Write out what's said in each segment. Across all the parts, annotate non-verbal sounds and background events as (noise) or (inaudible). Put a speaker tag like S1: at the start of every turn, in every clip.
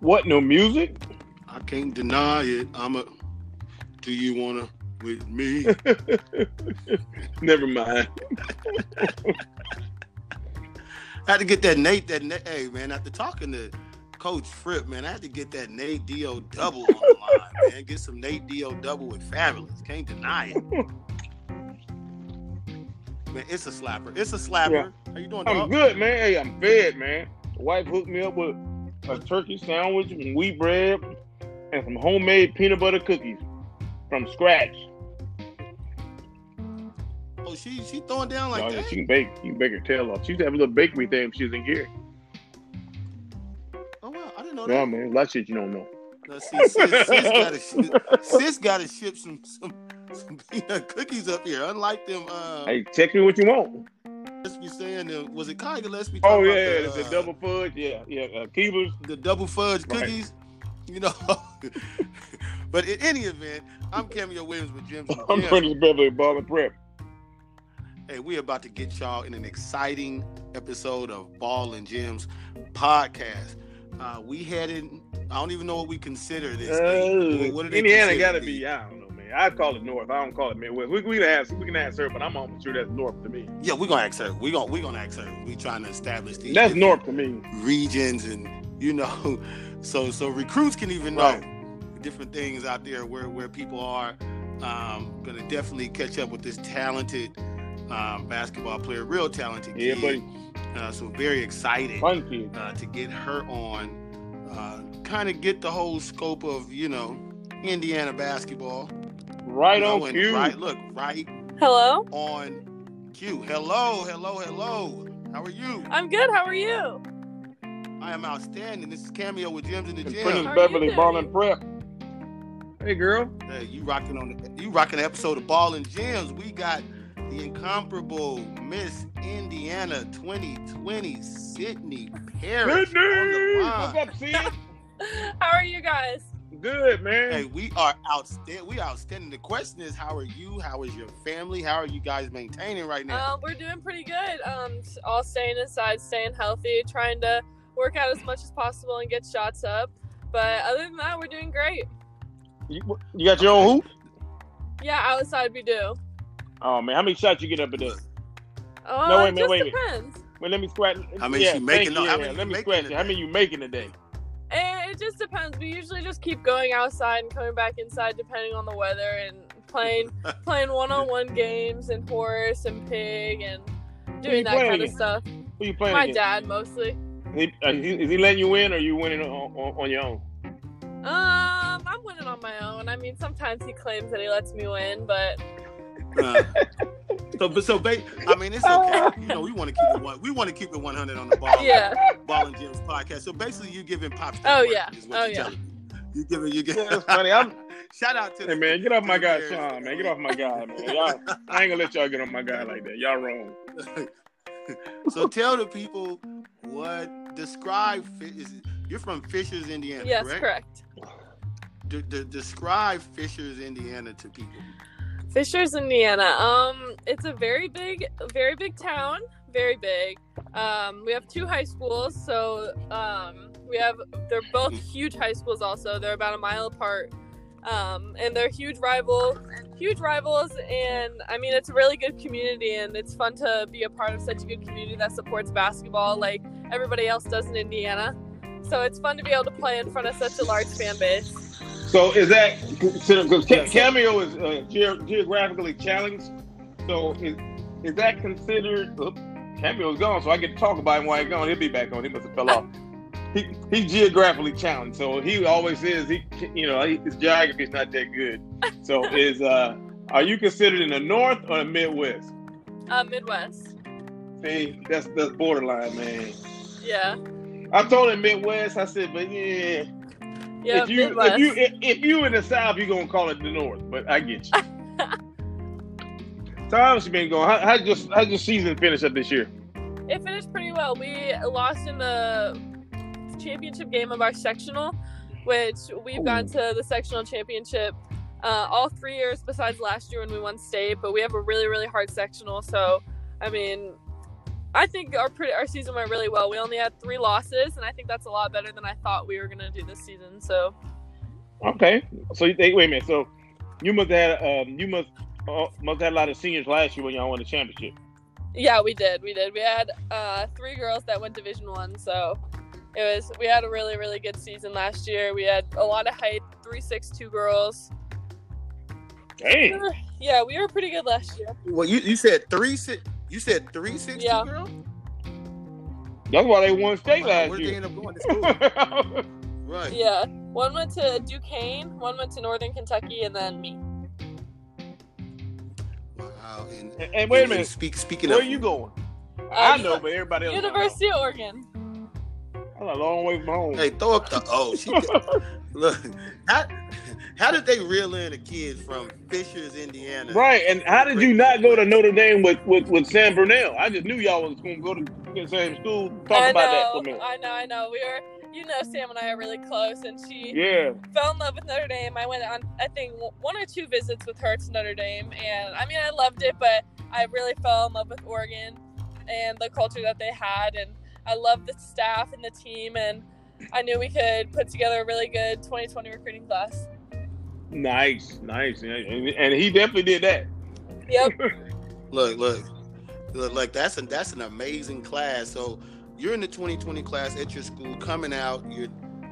S1: What? No music?
S2: I can't deny it. I'm a. Do you wanna with
S1: (laughs)
S2: me?
S1: Never mind.
S2: I had to get that Nate. That Nate, hey man, after talking to Coach Fripp, man, I had to get that Nate Do double on the line, man. Get some Nate Do double with fabulous. Can't deny it. Man, it's a slapper. It's a slapper. How you doing,
S1: I'm
S2: dog?
S1: good, man. Hey, I'm fed, man. The wife hooked me up with a turkey sandwich and wheat bread and some homemade peanut butter cookies from scratch.
S2: Oh, she she throwing down like
S1: oh, yeah,
S2: that.
S1: she can bake. She can bake her tail off. She used to have a little bakery thing when she was in here.
S2: oh wow, I didn't know
S1: Yeah,
S2: that.
S1: man. A lot of shit you don't know.
S2: No, sis, sis,
S1: (laughs)
S2: sis gotta ship, sis gotta ship some some, some peanut cookies up here. Unlike them, uh,
S1: Hey, text me what you want.
S2: Gillespie saying them. Was it Kai Gillespie?
S1: Oh,
S2: talking about
S1: yeah. The,
S2: uh,
S1: double fudge. Yeah, yeah. Uh, Keebler's.
S2: the double fudge
S1: Right.
S2: cookies. You know. (laughs) but in any event, I'm Cameo Williams with Jim's. and
S1: (laughs) I'm
S2: Jim.
S1: Curtis Beverly, Bob and Prep.
S2: Hey, we're about to get y'all in an exciting episode of Ball and Jim's podcast. Uh, we headed. I don't even know what we consider this.
S1: Oh,
S2: Nate. What do they
S1: Indiana
S2: consider
S1: got to
S2: the-
S1: be. I don't know, man. I call it North. I don't call it Midwest. We, we can ask. We can ask her, but I'm almost sure that's North to me.
S2: Yeah, we're gonna ask her. We're gonna we're gonna ask her. We trying to establish these
S1: That's North
S2: different
S1: to me.
S2: regions and you know, (laughs) so so recruits can even
S1: Right.
S2: know different things out there where where people are. Um, gonna definitely catch up with this talented um, basketball player, real talented
S1: Yeah,
S2: kid.
S1: buddy.
S2: Uh, so very excited
S1: Fun kid.
S2: uh, to get her on, uh, kind of get the whole scope of you know Indiana basketball.
S1: Right
S2: you know,
S1: on
S2: and
S1: cue.
S2: Right, look, right
S3: Hello?
S2: on cue. Hello, hello, hello. How are you?
S3: I'm good. How are you? (laughs)
S2: I am outstanding. This is Cameo with Gems in the
S1: And
S2: Gym.
S1: Prentice
S3: How are you
S1: Beverly,
S3: doing?
S1: Ball and Prep. Hey, girl.
S2: Hey, you rocking on the, you rocking the episode of Ball and Gems. We got the incomparable Miss Indiana 2020 Sydney Parrish
S1: Good
S2: on the
S1: news. What's
S2: line.
S1: up, Sid?
S3: How are you guys?
S1: Good, man.
S2: Hey, we are outstanding. We outstanding. The question is, how are you? How is your family? How are you guys maintaining right now?
S3: Um, we're doing pretty good. Um, s- all staying inside, staying healthy, trying to work out as much as possible and get shots up. But other than that, we're doing great.
S1: You, you got your own hoop?
S3: Yeah, outside we do.
S1: Oh, man. How many shots you get up a day?
S3: Oh,
S1: No, wait a
S3: it
S1: minute,
S3: just
S1: wait a minute.
S3: depends.
S1: Well, let me scratch.
S2: How many
S1: yeah,
S2: you making?
S1: thank
S2: No,
S1: you.
S2: how
S1: Yeah,
S2: many you
S1: Let me
S2: making
S1: scratch it.
S2: today?
S1: How many you making today?
S3: Eh, It, it just depends. We usually just keep going outside and coming back inside, depending on the weather, and
S1: (laughs)
S3: playing playing one on one games and horse and pig and
S1: you
S3: doing that
S1: playing
S3: kind of
S1: against?
S3: stuff.
S1: Who you playing
S3: My
S1: against?
S3: dad mostly.
S1: He, uh, he- is he letting you win or you winning on, on, on your own?
S3: Um, I'm winning on my own. I mean, sometimes he claims that he lets me win, but
S2: Uh, so, but so, ba- I mean, it's okay.
S3: (laughs)
S2: You know, we want to keep it one. We want to keep it 100 on the ball.
S3: yeah,
S2: Ball and Jim's podcast. So basically, you giving pops.
S3: Oh,
S2: work
S3: yeah.
S2: is what
S3: Oh,
S2: you're
S3: yeah.
S2: telling me. You giving you
S1: Yeah,
S2: giving.
S1: (laughs) that's funny. I'm,
S2: Shout out to
S1: hey,
S2: the
S1: man, get off my guy, Sean, man. Get off my guy, man. Y'all, I ain't going to let y'all get on my guy like that. Y'all wrong.
S2: So tell the people what describe. Fi- Is you're from Fishers, Indiana,
S3: yes,
S2: correct?
S3: correct.
S2: D- d- describe Fishers, Indiana to people.
S3: Fishers, Indiana. Um, it's a very big, very big town. Very big. Um, we have two high schools, so um, we have they're both
S1: Hmm.
S3: huge high schools. Also, they're about a mile apart, um, and they're huge rivals. Huge rivals, and I mean it's a really good community, and it's fun to be a part of such a good community that supports basketball like everybody else does in Indiana. So it's fun to be able to play in front of such a large fan base.
S1: So is that considered? Because
S2: Yes.
S1: Cameo is uh, ge- geographically challenged. So is is that considered? Oop, Cameo's gone, so I get to talk about him while he's gone. He'll be back on. He must have fell off. He he's geographically challenged, so he always says he you know he- his geography is not that good. So is uh are you considered in the north or the midwest?
S3: Uh, Midwest,
S1: See, that's that's borderline, man.
S3: yeah,
S1: I told him Midwest. I said, but yeah,
S3: yeah,
S1: if you
S3: Midwest.
S1: if you if, if you in the South, you're gonna call it the North. But I get you. (laughs) so how's it been going? How how just how your season finish up this year?
S3: it finished pretty well. We lost in the championship game of our sectional, which we've gone to the sectional championship uh, all three years besides last year when we won state. But we have a really, really hard sectional. So, I mean, I think our pretty, our season went really well. We only had three losses, and I think that's a lot better than I thought we were gonna do this season. So
S1: Okay. So you think? Wait a minute. So you must have um, you must uh, must have a lot of seniors last year when y'all won the championship.
S3: yeah, we did. We did. We had uh, three girls that went Division One. So it was we had a really really good season last year. We had a lot of height, three six two girls.
S1: Dang.
S3: Yeah, we were pretty good last year.
S2: Well, you, you said three six. You said three six two,
S3: Yeah.
S2: girl.
S1: That's why they won state
S2: Wow,
S1: last
S2: Where'd they
S1: year.
S2: end up going
S1: (laughs)
S2: to school? right.
S3: Yeah, one went to Duquesne, one went to Northern Kentucky, and then me.
S2: Wow. And,
S1: and, and wait a
S2: and
S1: minute.
S2: Speak, speaking
S1: Where
S2: of,
S1: you going? I know,
S3: Uni-
S1: but everybody else. don't know.
S3: University of Oregon.
S1: I'm a long way from home.
S2: Hey,
S1: (laughs)
S2: throw up the O. She, look, (laughs) how, how did they reel in a kid from Fishers, Indiana?
S1: Right, and how did you not go to Notre Dame with, with, with Sam Burnell? I just knew y'all was going to go to the same school. Talk
S3: I
S1: about
S3: know,
S1: that for a minute.
S3: I know, I know. We were, you know, Sam and I are really close, and she
S1: Yeah,
S3: fell in love with Notre Dame. I went on, I think, one or two visits with her to Notre Dame, and I mean, I loved it, but I really fell in love with Oregon and the culture that they had, and I loved the staff and the team, and I knew we could put together a really good 2020 recruiting class.
S1: nice, nice, and, and he definitely did that.
S3: Yep.
S2: Look, look, look, look. That's an that's an amazing class. So you're in the 2020 class at your school, coming out. You're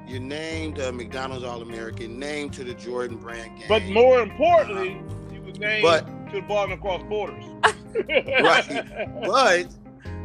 S2: you're named a McDonald's All American, named to the Jordan Brand game.
S1: But more importantly, he was named
S2: But-
S1: to the Boston Cross Borders.
S2: (laughs) Right. but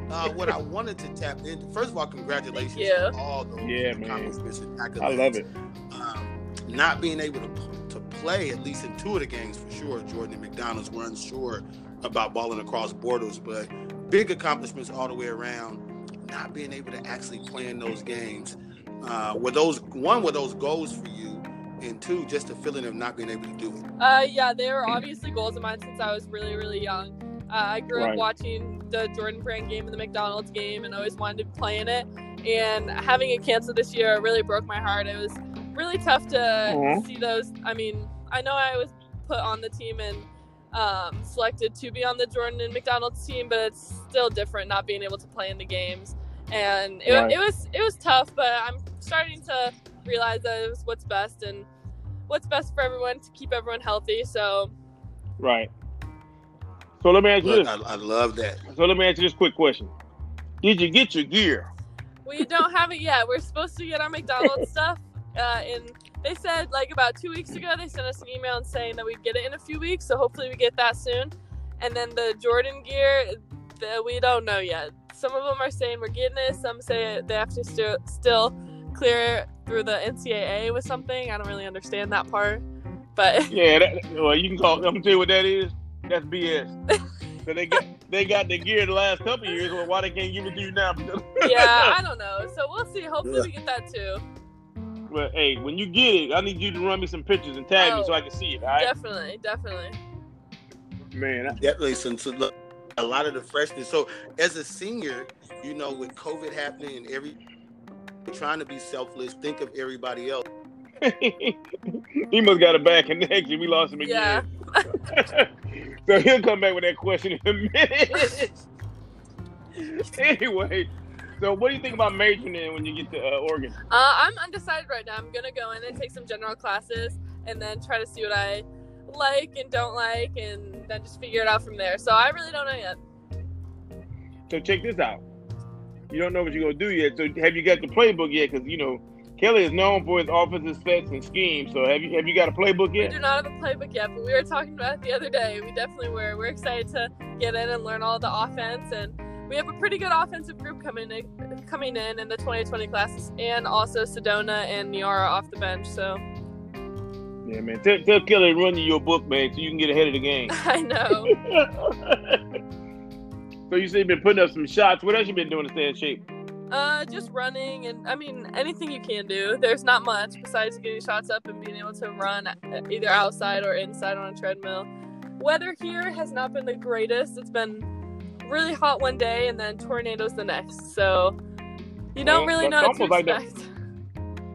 S2: uh, what I wanted to tap into, first of all, congratulations
S3: Thank you.
S2: on all those
S1: Yeah, man.
S2: accomplishments and
S1: (laughs)
S2: accolades.
S1: I love it.
S2: um, not being able to, to play at least in two of the games for sure. Jordan and McDonald's were unsure about balling across borders, but big accomplishments all the way around. Not being able to actually play in those games uh, were those one were those goals for you, and two just the feeling of not being able to do it.
S3: Uh, yeah, they were obviously goals of mine since I was really, really young. Uh, I grew
S1: Right.
S3: up watching the Jordan Brand game and the McDonald's game and always wanted to play in it. And having it canceled this year really broke my heart. It was really tough to
S1: Aw.
S3: see those. I mean, I know I was put on the team and um, selected to be on the Jordan and McDonald's team, but it's still different not being able to play in the games. And it,
S1: Right.
S3: it was it was tough, but I'm starting to realize that it was what's best and what's best for everyone to keep everyone healthy. So
S1: Right. So let me ask you
S2: Look,
S1: this.
S2: I, I love that.
S1: So let me ask you this quick question: Did you get your gear?
S3: we don't have it yet. We're supposed to get our McDonald's stuff, uh, and they said like about two weeks ago they sent us an email and saying that we'd get it in a few weeks. So hopefully we get that soon. And then the Jordan gear, the, we don't know yet. Some of them are saying we're getting it. Some say they have to stu- still clear through the NCAA with something. I don't really understand that part, but (laughs)
S1: Yeah, that, well, you can call. I'm gonna tell you what that is. That's
S3: (laughs)
S1: BS. so they got they got the gear the last couple of years. Well, why they can't give it to you now? (laughs)
S3: yeah, I don't know. So we'll see. Hopefully we get that too.
S1: But hey, when you get it, I need you to run me some pictures and tag me
S3: Oh.
S1: so I can see it. All right,
S3: Definitely, definitely.
S1: man. I-
S2: Definitely, since look, a lot of the freshmen. So as a senior, you know, with COVID happening and every trying to be selfless, think of everybody else.
S1: (laughs) he must got a back connection. We lost him
S3: Yeah.
S1: again. (laughs) so he'll come back with that question in a minute. (laughs) anyway, so what do you think about majoring in when you get to uh, Oregon?
S3: Uh, I'm undecided right now. I'm gonna go in and take some general classes, and then try to see what I like and don't like, and then just figure it out from there. So I really don't know yet.
S1: So check this out. You don't know what you're gonna do yet. So have you got the playbook yet? Because you know Kelly is known for his offensive sets and schemes. So have you have you got a playbook
S3: We
S1: yet?
S3: do not have a playbook yet, but we were talking about it the other day. We definitely were. We're excited to get in and learn all the offense, and we have a pretty good offensive group coming in, coming in in the 2020 classes, and also Sedona and Niara off the bench. So (laughs)
S1: Yeah, man. Tell, tell Kelly to run you your book, man, so you can get ahead of the (laughs) game.
S3: I know.
S1: so you say you've been putting up some shots. What else you been doing to stay in shape?
S3: Uh, just running and I mean anything you can do. There's not much besides getting shots up and being able to run uh, either outside or inside on a treadmill. Weather here has not been the greatest. It's been really hot one day and then tornadoes the next. So you don't
S1: Well,
S3: really know
S1: that's
S3: what to
S1: almost like that-
S3: expect. (laughs)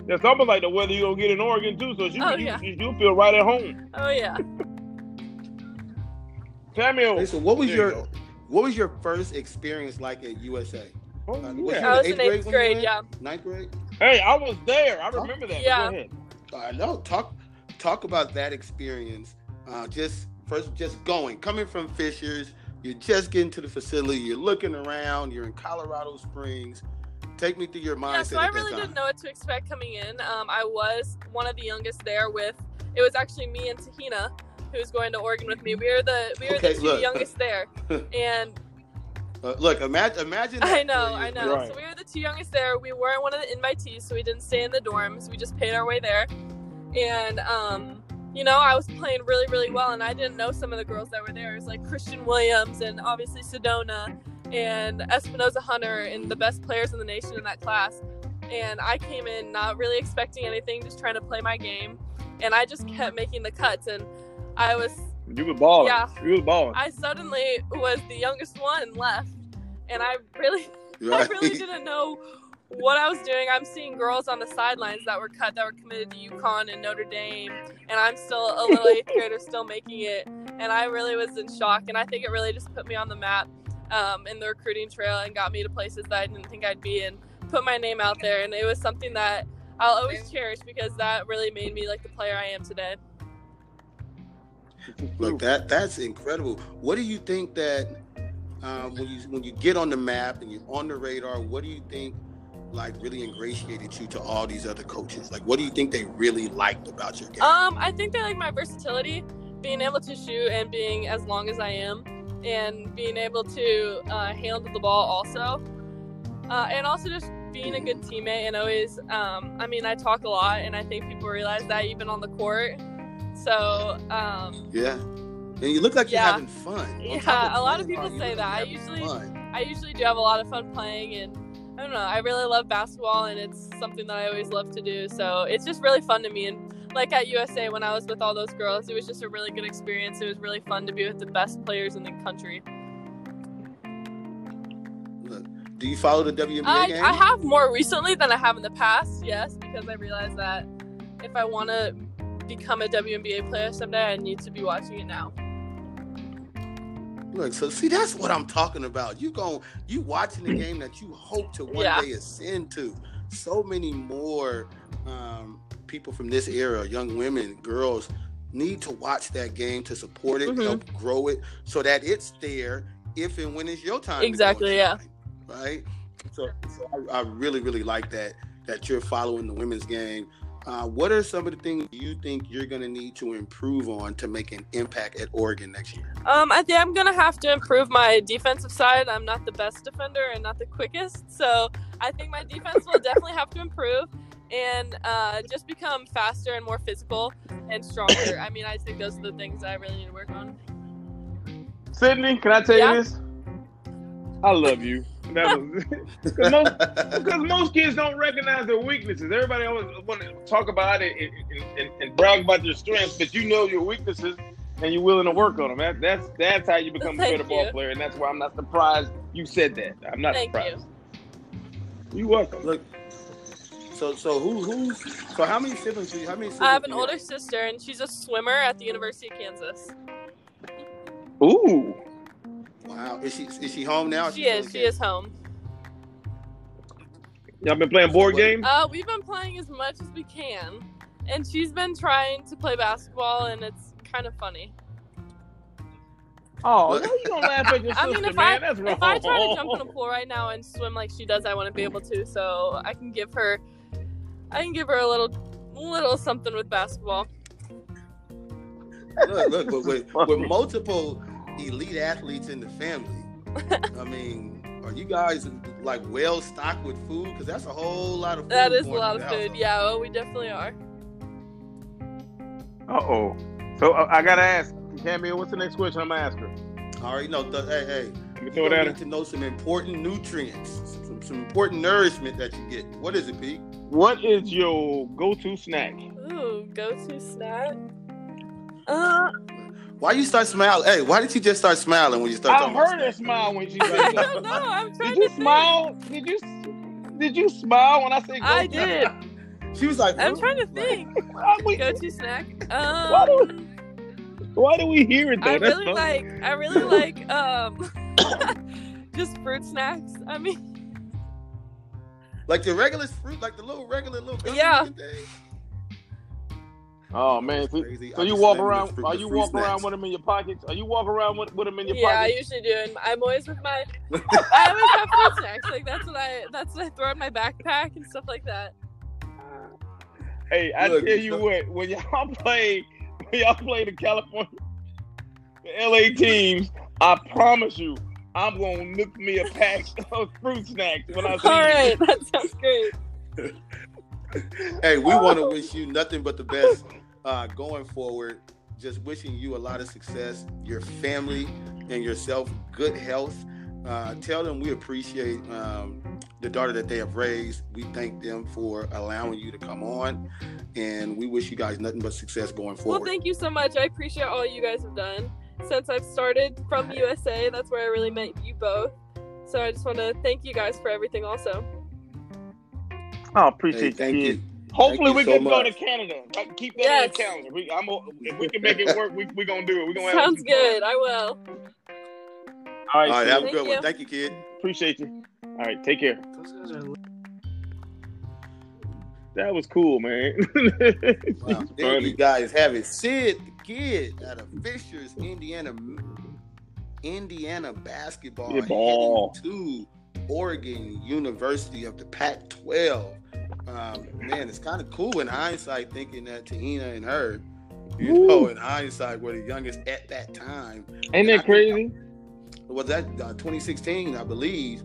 S1: That's almost like the weather you're gonna get in Oregon too. So you
S3: Oh,
S1: you,
S3: yeah.
S1: you do feel right at home.
S3: Oh yeah.
S1: Samuel,
S2: So what was
S1: There you
S2: your
S1: go.
S2: What was your first experience like at USA?
S1: Oh,
S2: Uh, was
S1: yeah.
S2: you
S3: I was in
S2: grade
S3: eighth
S2: when you
S3: grade,
S2: went?
S3: yeah.
S2: Ninth grade?
S1: Hey, I was there. I remember that.
S3: Yeah.
S1: Go ahead.
S2: I know. Uh, Talk talk about that experience. Uh, just first, just going, coming from Fishers. You're just getting to the facility. You're looking around. You're in Colorado Springs. Take me through your mindset.
S3: Yeah, so I
S2: at that
S3: really
S2: time.
S3: didn't know what to expect coming in. Um, I was one of the youngest there. With it was actually me and Tahina, who's going to Oregon with me. We were the we were
S2: Okay,
S3: the two
S2: look.
S3: youngest there, and
S2: Uh, look, imagine, imagine. that
S3: (laughs) I know,
S2: for you. (laughs)
S3: I know.
S1: Right.
S3: So we were the two youngest there. We weren't one of the invitees, so we didn't stay in the dorms. We just paid our way there, and um, you know, I was playing really, really well, and I didn't know some of the girls that were there. It was like Christian Williams and obviously Sedona and Espinosa Hunter and the best players in the nation in that class. And I came in not really expecting anything, just trying to play my game, and I just kept making the cuts, and I was
S1: You were balling.
S3: Yeah.
S1: You were balling.
S3: I suddenly was the youngest one left, and I really (laughs) I
S2: Right.
S3: really didn't know what I was doing. I'm seeing girls on the sidelines that were cut that were committed to UConn and Notre Dame, and I'm still a little eighth grader still making it. And I really was in shock, and I think it really just put me on the map um, in the recruiting trail and got me to places that I didn't think I'd be and put my name out there. And it was something that I'll always cherish because that really made me like the player I am today.
S2: Look, that that's incredible. What do you think that um, when you when you get on the map and you're on the radar, what do you think like really ingratiated you to all these other coaches? Like, what do you think they really liked about your game?
S3: Um, I think they like my versatility, being able to shoot and being as long as I am, and being able to uh, handle the ball also, uh, and also just being a good teammate and always. Um, I mean, I talk a lot, and I think people realize that even on the court. So um,
S2: yeah, and you look like you're
S3: Yeah.
S2: having fun. On
S3: Yeah,
S2: top
S3: a lot of
S2: playing
S3: people
S2: hard, you
S3: say
S2: look
S3: that.
S2: like
S3: I
S2: you're having
S3: usually-
S2: fun.
S3: I usually do have a lot of fun playing, and I don't know. I really love basketball, and it's something that I always love to do. So it's just really fun to me. And like at USA, when I was with all those girls, it was just a really good experience. It was really fun to be with the best players in the country.
S2: Look, do you follow the WNBA
S3: I,
S2: game?
S3: I have more recently than I have in the past, yes, because I realized that if I want to become a WNBA player someday, I need to be watching it now.
S2: Look, so see, that's what I'm talking about. You going you watching the game that you hope to one
S3: Hmm. Yeah.
S2: day ascend to. So many more um, people from this era, young women, girls, need to watch that game to support it,
S3: Mhm.
S2: help grow it, so that it's there if and when it's your time. to go
S3: Exactly, yeah.
S2: shine, Right. So, so I, I really, really like that that you're following the women's game. Uh, what are some of the things you think you're going to need to improve on to make an impact at Oregon next year? (laughs)
S3: Um, I think I'm gonna have to improve my defensive side. I'm not the best defender and not the quickest, so I think my defense will definitely have to improve and uh, just become faster and more physical and stronger. I mean, I think those are the things that I really need to work on.
S1: Sydney, can I tell
S3: Yeah.
S1: you this? I love you. That was
S3: (laughs)
S1: because most, because most kids don't recognize their weaknesses. Everybody always want to talk about it and, and- and, and brag about their strengths, but you know your weaknesses and you're willing to work on them. That, that's that's how you become a
S3: Thank
S1: better ball
S3: you.
S1: player, and that's why I'm not surprised you said that. I'm not
S3: Thank you.
S1: surprised. You. are welcome.
S2: Look, so so who who so how many siblings do you how many siblings
S3: I have an
S2: do you
S3: older sister and she's a swimmer at the University of Kansas.
S1: Ooh,
S2: Wow, is she is she home now?
S3: She is. She is home.
S1: y'all been playing board
S2: What-
S1: games?
S3: Uh, we've been playing as much as we can, and she's been trying to play basketball, and it's kind of funny.
S1: Oh, why you gonna laugh at your sister,
S3: (laughs) I mean, if
S1: man?
S3: I
S1: that's wrong.
S3: if I try
S1: (laughs)
S3: to jump in a pool right now and swim like she does, I wouldn't be able to. So I can give her, I can give her a little, little something with basketball.
S2: Look, look, but
S1: (laughs)
S2: with, with multiple elite athletes in the
S3: (laughs)
S2: family, I mean, are you guys like well stocked with food? Because that's a whole lot of food.
S3: That is a
S2: going
S3: lot
S2: in
S3: of
S2: the
S3: food.
S2: household.
S3: Yeah, well, we definitely are.
S1: (laughs) Uh oh. So uh, I gotta ask, Camille, what's the next question I'm gonna ask her?
S2: All right, no, th- hey, hey,
S1: You can
S2: you
S1: throw it at
S2: gonna
S1: her.
S2: need to know some important nutrients, some, some important nourishment that you get. What is it, Pete?
S1: What is your go-to snack?
S3: Ooh, go-to snack. Uh, (laughs)
S2: Why you start smiling? Hey, why did you just start smiling when you start
S1: I
S2: talking? about
S1: heard her
S2: snacks?
S1: smile when she
S3: I
S1: said
S3: don't know.
S1: that.
S3: I'm trying
S1: Did you
S3: to
S1: smile? Did you did you smile when I said
S3: Think. I
S1: go-to?
S3: did.
S2: She was like,
S3: I'm
S1: (laughs)
S2: "Huh?"
S3: trying to think.
S1: Why, we- (laughs)
S3: Go-to snack.
S1: Why do-
S3: Um,
S1: why do we hear it though?
S3: I
S1: That's
S3: really
S1: not-
S3: like. I really like. Um, (coughs) just fruit snacks. I mean,
S2: Like the regular fruit, like the little regular little. gummy
S3: Yeah.
S2: looking thing.
S1: Oh man, so,
S2: Crazy.
S1: so
S2: I
S1: you
S2: just
S1: walk
S2: love the
S1: around?
S2: fruit-
S1: Are
S2: the
S1: you
S2: fruit
S1: walking around
S2: snacks.
S1: with them in your pockets? Are you walking around with, with them in your
S3: yeah, I
S1: pockets?
S3: usually do. And I'm always with my. I always have fruit snacks. Like that's what I. That's what I throw in my backpack and stuff like that.
S1: Hey, I
S2: Look,
S1: tell you
S2: so-
S1: what, when y'all (laughs) play, when y'all play the California, the LA teams, I promise you, I'm gonna look me a pack (laughs) of fruit snacks when I
S3: All
S1: see.
S3: right, (laughs) that sounds great.
S2: Hey, we
S1: (laughs)
S2: want to wish you nothing but the best uh, going forward. Just wishing you a lot of success, your family and yourself, good health. Uh, tell them we appreciate um, the daughter that they have raised. We thank them for allowing you to come on, and we wish you guys nothing but success going forward.
S3: Well, thank you so much. I appreciate all you guys have done. Since I've started from USA, that's where I really met you both. So I just want to thank you guys for everything, also.
S1: I
S2: Hey,
S1: appreciate
S2: thank
S1: you.
S2: you.
S1: Hopefully,
S2: Thank
S1: we
S2: you so
S1: can go
S2: much.
S1: to Canada. Like, keep that on
S3: Yes.
S1: the calendar. We, I'm, a- if we can make it work, we're we going to do it. We're going to have
S3: Sounds good. I will.
S1: All
S2: All
S1: right,
S2: right,
S1: sis.
S2: have a
S3: Thank
S2: good
S3: you.
S2: one. Thank you, kid.
S1: appreciate you. All right, take care. That was cool, man. (laughs)
S2: Wow, there you
S1: Funny.
S2: guys have it. Sid the Kid out of Fishers, Indiana, Indiana basketball
S1: Yeah, ball.
S2: heading to Oregon University of the Pac-12. Um, man, it's kind of cool in hindsight thinking that Tahina and her, you
S1: Woo.
S2: know, in hindsight were the youngest at that time.
S1: Ain't that crazy?
S2: Was that uh, 2016, I believe?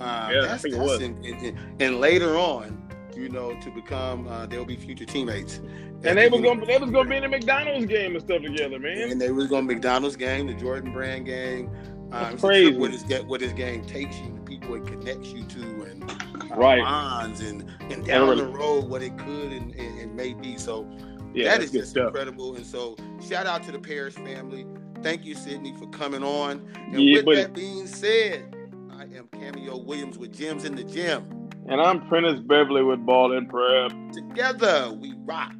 S2: Uh,
S1: I
S2: that's,
S1: think it
S2: that's
S1: was.
S2: in- in- in- and later on, you know, to become uh, they'll be future teammates.
S1: And they was gonna they was gonna be in the McDonald's game and stuff together, man.
S2: and they was going to McDonald's game, the Jordan Brand game. Um,
S1: That's
S2: it's a trip
S1: crazy.
S2: What this, ga- what this game takes you, the people it connects you to, and uh,
S1: Right.
S2: bonds, and, and down
S1: Everybody-
S2: the road what it could and, and, and may be. So
S1: Yeah,
S2: that
S1: that's
S2: is
S1: good
S2: just
S1: stuff.
S2: incredible. And so shout out to the Paris family. Thank you, Sydney, for coming on. And
S1: Yeah,
S2: with
S1: buddy.
S2: that being said, I am Cameo Williams with Gems in the Gym.
S1: And I'm Prentice Beverly with Ball and Prep.
S2: Together we rock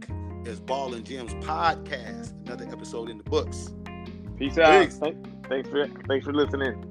S2: as Ball and Gems podcast. Another episode in the books.
S1: Peace out.
S2: Peace.
S1: Thank- Thanks for thanks for listening.